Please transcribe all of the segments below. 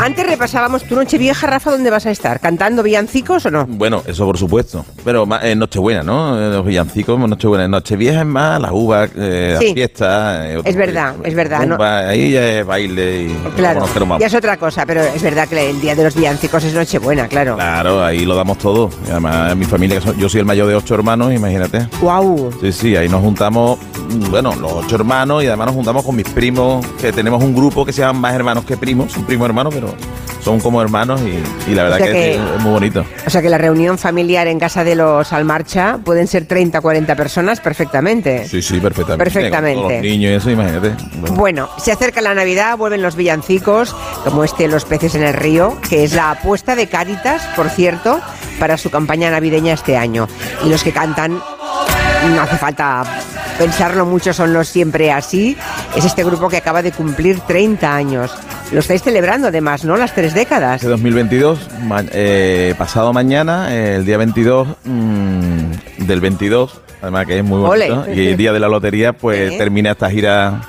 Antes repasábamos tu noche vieja, Rafa, ¿dónde vas a estar? ¿Cantando villancicos o no? Bueno, eso por supuesto. Pero más, eh, Nochebuena, ¿no? Eh, Los villancicos, Nochebuena. Nochevieja es más las uvas, eh, Sí. las fiestas. eh, otro- Es verdad, es verdad, no- rumba, Ahí ya es baile y Claro, conocer más. ya es otra cosa, pero es verdad que el día de los villancicos es Nochebuena, claro. Claro, ahí lo damos todo. Y además, mi familia, que son- yo soy el mayor de ocho hermanos, imagínate. ¡Guau! Sí, sí, ahí nos juntamos, mm, bueno, los ocho hermanos y además nos juntamos con mis primos, que tenemos un grupo que se llaman más hermanos que primos, son primos hermanos, pero son como hermanos y, y la verdad sea que, que- es- es muy bonito. O sea que la reunión familiar en casa de los Almarcha pueden ser 30 o 40 personas perfectamente. Sí, sí, perfectamente. Perfectamente. Con todos los niños y eso, imagínate. Bueno, se acerca la Navidad, vuelven los villancicos, como este Los peces en el río, que es la apuesta de Cáritas, por cierto, para su campaña navideña este año. Y los que cantan, no hace falta pensarlo mucho, son los siempre así. Es este grupo que acaba de cumplir 30 años. Lo estáis celebrando además, ¿no? Las tres décadas. Este 2022, ma- eh, pasado mañana, eh, el día 22 mm, del 22, además que es muy bonito, Ole. y el día de la lotería, pues Sí. termina esta gira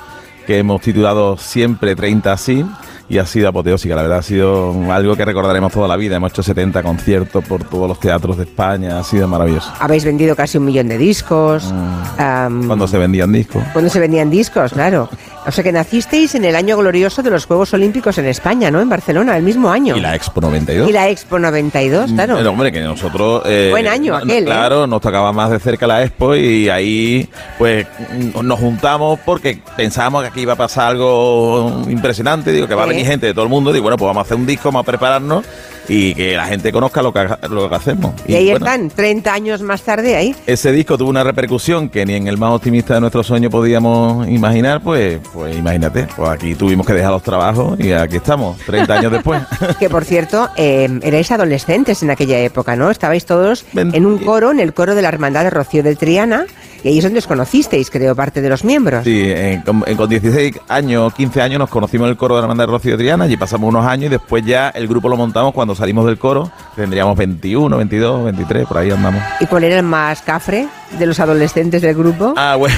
que hemos titulado Siempre 30 así. Y ha sido apoteósica, la verdad, ha sido algo que recordaremos toda la vida. Hemos hecho 70 conciertos por todos los teatros de España, ha sido maravilloso. Habéis vendido casi un millón de discos. Mm. am, Cuando se vendían discos. Cuando se vendían discos, claro. O sea que nacisteis en el año glorioso de los Juegos Olímpicos en España, ¿no? En Barcelona, el mismo año. Y la Expo 92. Y la Expo 92, claro. Pero, Mm, hombre, que nosotros... eh, Buen año no- aquel, ¿eh? Claro, nos tocaba más de cerca la expo y ahí pues mm, nos juntamos porque pensábamos que aquí iba a pasar algo impresionante, digo, que va a Sí. venir gente de todo el mundo, digo, bueno, pues vamos a hacer un disco, vamos a prepararnos y que la gente conozca lo que, ha- lo que hacemos. y ahí bueno, están, 30 años más tarde ahí. Ese disco tuvo una repercusión que ni en el más optimista de nuestro sueño podíamos imaginar, pues, pues imagínate, pues aquí tuvimos que dejar los trabajos y aquí estamos, 30 años después. Que por cierto, eh, erais adolescentes en aquella época, ¿no? Estabais todos Ven- en un coro, en el coro de la Hermandad de Rocío de Triana, y ahí es donde os conocisteis, creo, parte de los miembros. Sí, en- con, en- con 16 años, 15 años nos conocimos en el coro de la Hermandad de Rocío de Triana, allí pasamos unos años y después ya el grupo lo montamos cuando salimos del coro, tendríamos 21, 22, 23, por ahí andamos. ¿Y cuál era el más cafre de los adolescentes del grupo? Ah, bueno.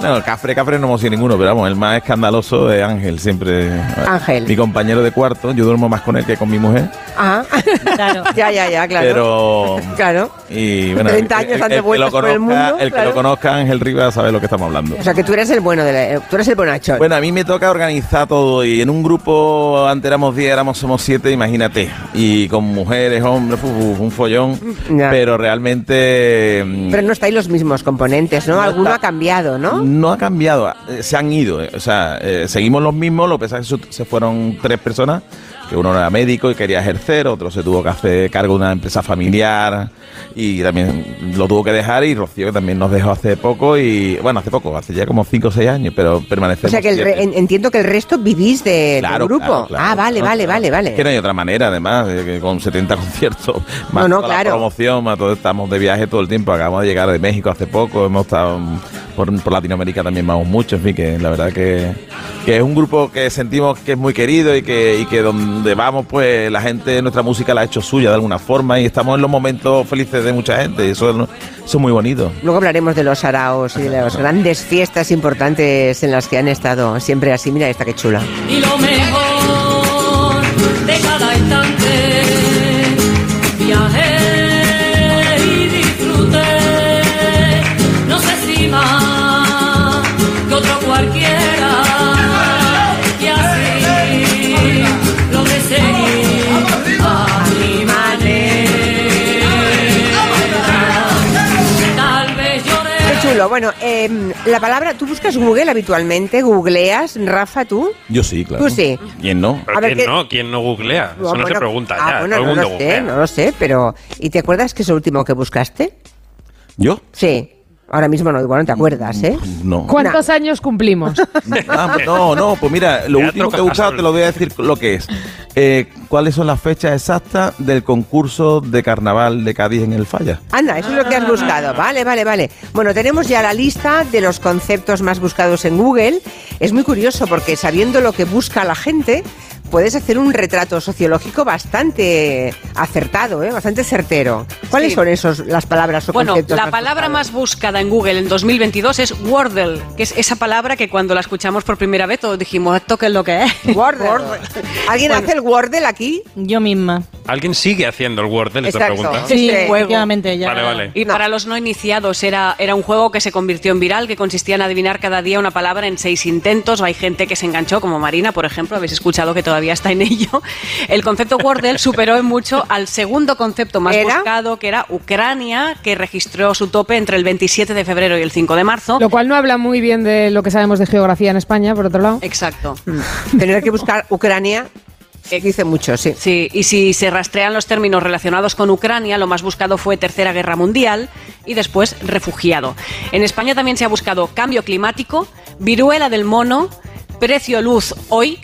Bueno, Cafre, Cafre no hemos sido ninguno, pero vamos, el más escandaloso es Ángel, siempre. Ángel. Mi compañero de cuarto, yo duermo más con él que con mi mujer, Ah, Claro. ya, ya, ya, claro. pero... Claro. Y bueno, 30 años dando que lo vueltas por el conozca- mundo, el que claro. lo conozca, Ángel Rivas, sabe lo que estamos hablando. O sea que tú eres el bueno de la- eh, tú eres el bonachón. Bueno, a mí me toca organizar todo y en un grupo, antes éramos 10, éramos somos 7, imagínate. Y con mujeres, hombres, fu- fu- un follón. Ya. Pero realmente... mm, Pero no estáis los mismos componentes, ¿no? No Alguno está- ha cambiado, ¿no? mm, no ha cambiado, eh, se han ido. eh, O sea, eh, seguimos los mismos, lo que pasa es que su- se fueron tres personas, que uno era médico y quería ejercer, otro se tuvo que hacer cargo de una empresa familiar y también lo tuvo que dejar y Rocío que también nos dejó hace poco y, bueno, hace poco, hace ya como cinco o seis años, pero O permanecemos. sea que el re- siete. en- entiendo que el resto vivís de, de Claro, grupo. claro, claro. ah, vale, No, vale, claro. vale, Es que no vale. hay otra manera, además, eh, que con 70 conciertos, más No, no, toda la claro. promoción, más todo, estamos de viaje todo el tiempo. Acabamos de llegar de México hace poco, hemos estado mm, por, por Latinoamérica también vamos mucho, en fin, que la verdad que, que es un grupo que sentimos que es muy querido y que, y que donde vamos, pues la gente, nuestra música la ha hecho suya de alguna forma y estamos en los momentos felices de mucha gente y eso, es- eso es muy bonito. Luego hablaremos de los araos y de las grandes fiestas importantes en las que han estado siempre así. Mira esta que chula. y lo mejor de cada instante. Viajé y disfruté, no sé si más que otro cualquiera. Y así lo de seguir a mi manera. Tal vez lloré. Qué chulo. Bueno, em, la palabra, tú buscas Google habitualmente, googleas, Rafa, tú. Yo sí, claro. Tú sí. ¿Quién no? A Pero ver, ¿quién ¿qué- no? ¿Quién no googlea? Eso no se Bueno, pregunta ah, ya. bueno, todo el no mundo lo sé, googlea. no lo sé, pero. ¿Y te acuerdas que es lo último que buscaste? ¿Yo? Sí. Ahora mismo no, igual no te acuerdas, ¿eh? No. ¿Cuántos años cumplimos? Ah, no, no, pues mira, lo Teatro último que he buscado Cajasol. te lo voy a decir lo que es. Eh, ¿Cuáles son las fechas exactas del concurso de carnaval de Cádiz en el Falla? Anda, eso es lo que has Ah. buscado. Vale, vale, vale. Bueno, tenemos ya la lista de los conceptos más buscados en Google. Es muy curioso porque sabiendo lo que busca la gente, puedes hacer un retrato sociológico bastante acertado, ¿eh? bastante certero. ¿Cuáles Sí. son esos, las palabras o Bueno, conceptos? la palabra buscados? más buscada en Google en 2022 es Wordle, que es esa palabra que cuando la escuchamos por primera vez todos dijimos, ¿esto qué es lo que es? Wordle. ¿Alguien hace el Wordle aquí? Yo misma. ¿Alguien sigue haciendo el Word? Es la Exacto. pregunta. Sí, Sí, sí. efectivamente. Ya. Vale, vale. Y No. para los no iniciados era, era un juego que se convirtió en viral, que consistía en adivinar cada día una palabra en seis intentos. Hay gente que se enganchó, como Marina, por ejemplo, habéis escuchado que todavía está en ello. El concepto Wordle superó en mucho al segundo concepto más ¿Era? buscado, que era Ucrania, que registró su tope entre el 27 de febrero y el 5 de marzo. Lo cual no habla muy bien de lo que sabemos de geografía en España, por otro lado. Exacto. Mm. Tener que buscar Ucrania eh, dice mucho, sí. Sí, y si se rastrean los términos relacionados con Ucrania, lo más buscado fue Tercera Guerra Mundial y después refugiado. En España también se ha buscado cambio climático, viruela del mono, precio luz hoy,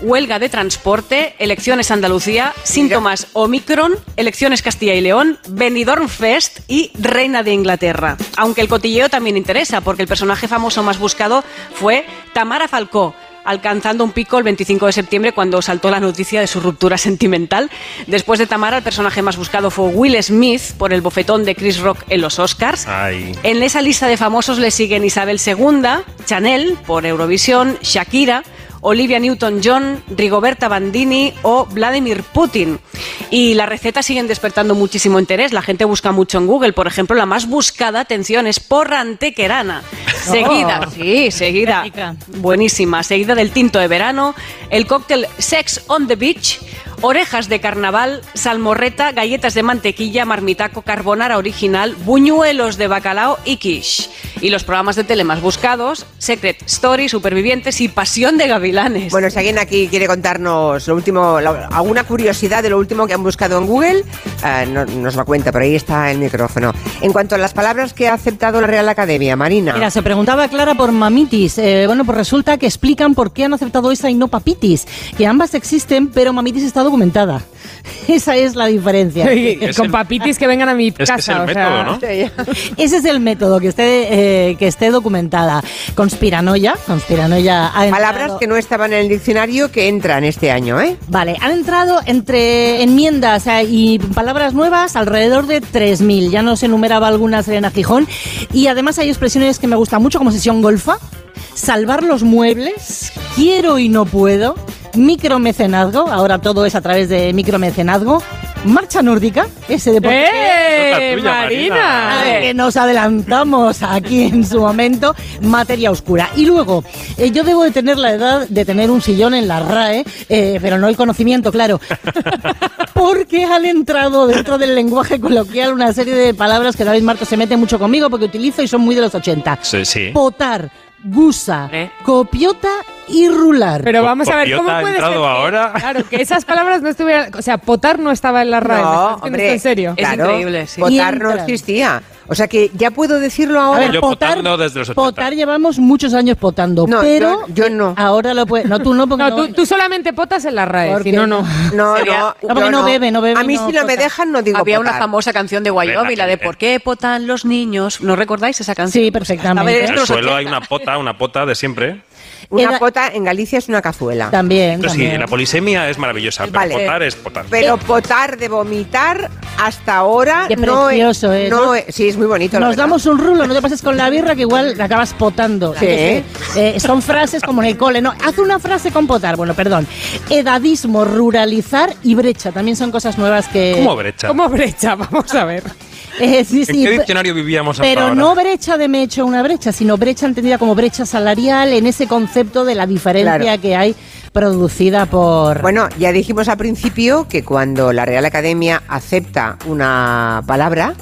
huelga de transporte, elecciones Andalucía, síntomas Omicron, elecciones Castilla y León, Benidorm Fest y Reina de Inglaterra. Aunque el cotilleo también interesa, porque el personaje famoso más buscado fue Tamara Falcó alcanzando un pico el 25 de septiembre cuando saltó la noticia de su ruptura sentimental. Después de Tamara, el personaje más buscado fue Will Smith por el bofetón de Chris Rock en los Oscars. Ay. En esa lista de famosos le siguen Isabel II, Chanel por Eurovisión, Shakira, Olivia Newton-John, Rigoberta Bandini o Vladimir Putin. Y las recetas siguen despertando muchísimo interés. La gente busca mucho en Google. Por ejemplo, la más buscada, atención, es porra antequerana. Seguida, sí, seguida. Qué rica. Buenísima. Seguida del tinto de verano, el cóctel Sex on the Beach, orejas de carnaval, salmorreta, galletas de mantequilla, marmitaco, carbonara original, buñuelos de bacalao y quiche. Y los programas de tele más buscados, Secret Story, Supervivientes y Pasión de Gavilanes. Bueno, si alguien aquí quiere contarnos lo último, la- alguna curiosidad de lo último que han buscado en Google, eh, no- nos lo cuenta, pero ahí está el micrófono. En cuanto a las palabras que ha aceptado la Real Academia, Marina. Mira, se preguntaba Clara por mamitis. Eh, bueno, pues resulta que explican por qué han aceptado esa y no papitis. Que ambas existen, pero mamitis está documentada. Esa es la diferencia. Es Con el- Este papitis que vengan a mi Es, casa. es el o sea, método, ¿no? Ese es el método, que esté, eh, que esté documentada. Conspiranoia, conspiranoia. ha palabras entrado- que no estaban en el diccionario que entran este año, ¿eh? Vale, han entrado entre enmiendas eh, y palabras nuevas alrededor de 3.000. Ya nos enumeraba algunas Elena Gijón. Y además hay expresiones que me gustan mucho, como sesión golfa, salvar los muebles, quiero y no puedo, micromecenazgo, ahora todo es a través de micromecenazgo, marcha nórdica, ese deporte. ¡Eh, Es la tuya, Marina! Marina. A ver, que nos adelantamos aquí en su momento, materia oscura. Y luego, eh, yo debo de tener la edad de tener un sillón en la RAE, eh, pero no el conocimiento, claro. Porque han entrado dentro del lenguaje coloquial una serie de palabras que David Marcos se mete mucho conmigo porque utilizo y son muy de los 80. Sí, sí. Potar, gusa, ¿Eh? copiota y rular. Pero vamos a ver, Copiota ¿cómo ha puede ser entrado que- ahora. Claro, que esas palabras no estuvieran... O sea, potar no estaba en la RAE. No, es que hombre. esto en serio. Es increíble, sí. Y Votar no entran. existía. O sea que ya puedo decirlo A ahora. ver, Yo potando desde los 80. potar llevamos muchos años potando, No, pero yo- yo no. ahora lo puedes... No, tú no, porque No, no- tú, tú solamente potas en la RAE, Porque si no, no. No, Sería- no, No, porque yo no bebe, no bebe, A mí no si no me vota. dejan no digo Había una votar. famosa canción de Wyoming, Hombre, la de la- ¿Por qué potan los niños? ¿No recordáis esa canción? Sí, Pues, perfectamente. estaba En desde el los suelo 80. hay una pota, una pota de siempre. Una Era- pota en Galicia es una cazuela. También, Entonces, sí, también. la polisemia es maravillosa, pero Vale. potar es potar. Pero potar de vomitar hasta ahora Eh. Qué no precioso, es, ¿eh? no Nos- es- Sí, es muy bonito. la Nos verdad. damos un rulo, no te pases con la birra que igual la acabas potando. Sí. Eh, eh, son frases como en el cole, ¿no? Haz una frase con potar, bueno, perdón. Edadismo, ruralizar y brecha, también son cosas nuevas que... eh, ¿Cómo brecha? ¿Cómo brecha? Vamos a ver. Eh, sí, ¿En sí, qué pe- diccionario vivíamos hasta Pero ahora? no brecha de me he hecho una brecha, sino brecha entendida como brecha salarial en ese concepto de la diferencia Claro. que hay producida por... Bueno, ya dijimos al principio que cuando la Real Academia acepta una palabra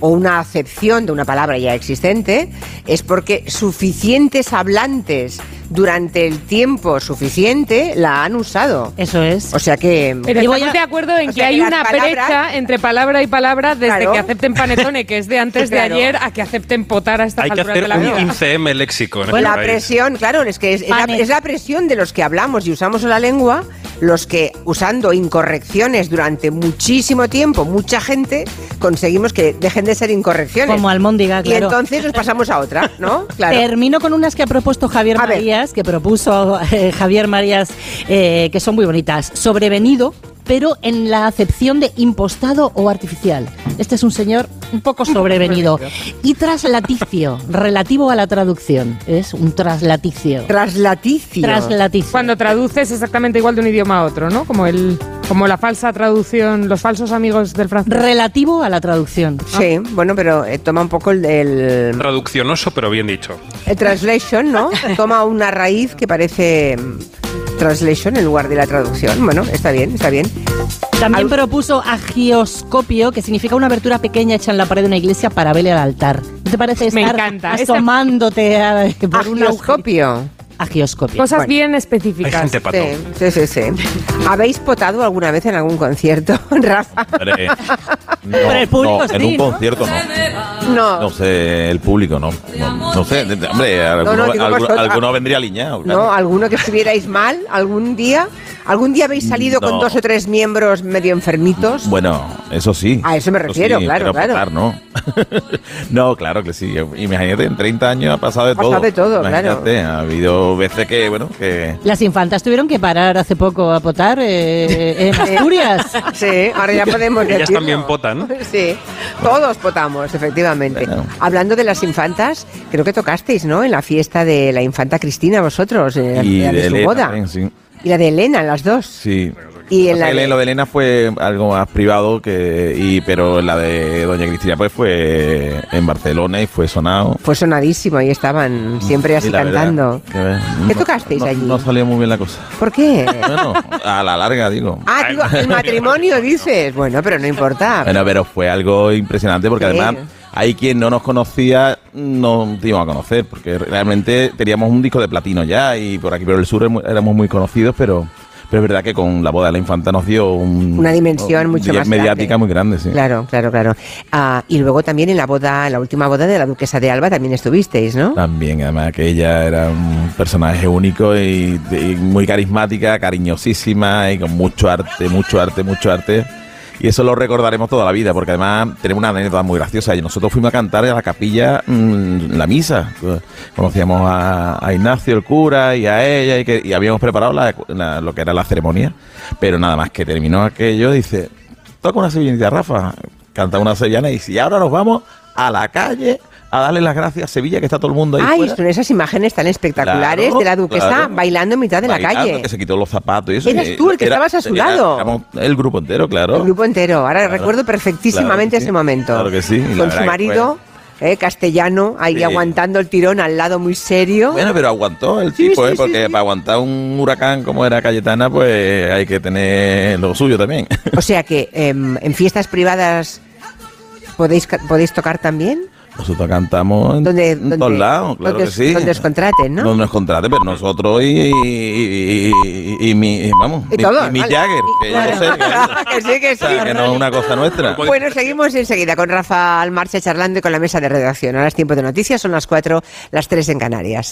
o una acepción de una palabra ya existente, es porque suficientes hablantes durante el tiempo suficiente la han usado. Eso es. O sea que... Pero Y voy estamos de a- acuerdo en o que sea, hay que las una palabras- brecha entre palabra y palabra desde Claro. que acepten panetone, que es de antes de Claro. ayer, a que acepten potar a estas Hay que alturas hacer de la vida. un 15M léxico en este la país. presión, claro, es que es, es la, Pane. es la presión de los que hablamos y usamos la lengua los que usando incorrecciones durante muchísimo tiempo, mucha gente, conseguimos que dejen de ser incorrecciones. Como almóndiga, Y claro. entonces nos pasamos a otra, ¿no? Claro. Termino con unas que ha propuesto Javier A ver. Marías, que propuso eh, Javier Marías, eh, que son muy bonitas. Sobrevenido, pero en la acepción de impostado o artificial. Este es un señor un poco sobrevenido. y traslaticio, relativo a la traducción. Es un traslaticio. Traslaticio. Traslaticio. Cuando traduces exactamente igual de un idioma a otro, ¿no? Como el, como la falsa traducción, los falsos amigos del francés. Relativo a la traducción. Sí, bueno, pero eh, toma un poco el, el- Traduccionoso, pero bien dicho. el translation, ¿no? Toma una raíz que parece mm, translation en lugar de la traducción. Bueno, está bien, está bien. También Al- propuso agioscopio, que significa una abertura pequeña hecha en la pared de una iglesia para ver el altar. ¿No te parece Me estar encanta. asomándote a- por un agujero? Agioscopio. Agioscopio. Cosas Bueno. bien Hay específicas. gente pato. Sí, sí, sí, sí. ¿Habéis potado alguna vez en algún concierto, Rafa? Hombre, no, Pero el público no, en sí, un ¿no? concierto no. No sé, el público no. No, no sé, de- hombre, alguno, digo alguno- vosotros. alguno vendría aliñado. claro. ¿No? ¿Alguno que estuvierais mal algún día? ¿Algún día habéis salido con No. dos o tres miembros medio enfermitos? Bueno, eso sí. A eso me Eso refiero, claro, pero claro. votar no. no, claro que sí. Imagínate, en 30 años ha pasado de Ha pasado todo. de todo, Imagínate, Ha habido veces que, bueno, que... Las infantas tuvieron que parar hace poco a potar eh, en Asturias. Sí, ahora ya podemos Ellas decirlo. también potan. Sí, todos potamos, efectivamente. Bueno. Hablando de las infantas, creo que tocasteis, ¿no? En la fiesta de la infanta Cristina, vosotros, en la- la de, su Elena boda. también, sí. Y la de Elena, las dos. Sí. Y O en sea, la que de- Lo de Elena fue algo más privado, que y pero la de Doña Cristina pues fue en Barcelona y fue sonado. Fue sonadísimo y estaban siempre así Y la verdad cantando. que, eh, ¿Qué no- tocasteis no- allí? No salió muy bien la cosa. ¿Por qué? Bueno, a la larga, digo. Ah, digo, el matrimonio dices. Bueno, pero no importa. Bueno, pero fue algo impresionante porque Sí. además hay quien no nos conocía, no te íbamos a conocer, porque realmente teníamos un disco de platino ya y por aquí por el sur emu- éramos muy conocidos, pero, pero es verdad que con la boda de la infanta nos dio un- Una dimensión un- mucho más mediática grande. muy grande, sí. Claro, claro, claro. Ah, y luego también en la boda, en la última boda de la duquesa de Alba también estuvisteis, ¿no? También, además que ella era un personaje único y, y muy carismática, cariñosísima y con mucho arte, mucho arte, mucho arte. Y eso lo recordaremos toda la vida, porque además tenemos una anécdota muy graciosa. Y nosotros fuimos a cantar a la capilla mm, la misa. Conocíamos a, a Ignacio, el cura, y a ella, y, que, y habíamos preparado la- la- lo que era la ceremonia. Pero nada más que terminó aquello, dice, toca una sevillanita, Rafa, canta una sevillana, y dice, y ahora nos vamos a la calle a darle las gracias a Sevilla, que está todo el mundo ahí. Ay, fuera". son esas imágenes tan espectaculares Claro, de la duquesa claro. bailando en mitad de la Bailando, calle. Que se quitó los zapatos y eso. Eras y tú el que estabas a su lado. éramos el grupo entero, claro. El grupo entero. Ahora Claro, recuerdo claro perfectísimamente que sí. ese momento. Claro que sí, y la Con verdad su que marido, eh, castellano, ahí Sí. aguantando el tirón al lado muy serio. Bueno, pero aguantó el Sí, tipo, sí, ¿eh? sí, Porque sí. para aguantar un huracán como era Cayetana, pues hay que tener lo suyo también. O sea que em, en fiestas privadas podéis ca- podéis tocar también. Nosotros cantamos en, Donde- en donde- todos lados, claro donde- que sí. donde os contraten, ¿no? Donde nos contraten, pero nosotros y, y, y- y mi, vamos, Y mi- todos, y mi vale. Jagger, que yo Claro. no sé, que- Que sí, que o sea, sí. que no es una cosa nuestra. Bueno, seguimos enseguida con Rafa Almarcha charlando y con la mesa de redacción. Ahora es tiempo de noticias, son las 4, las 3 en Canarias.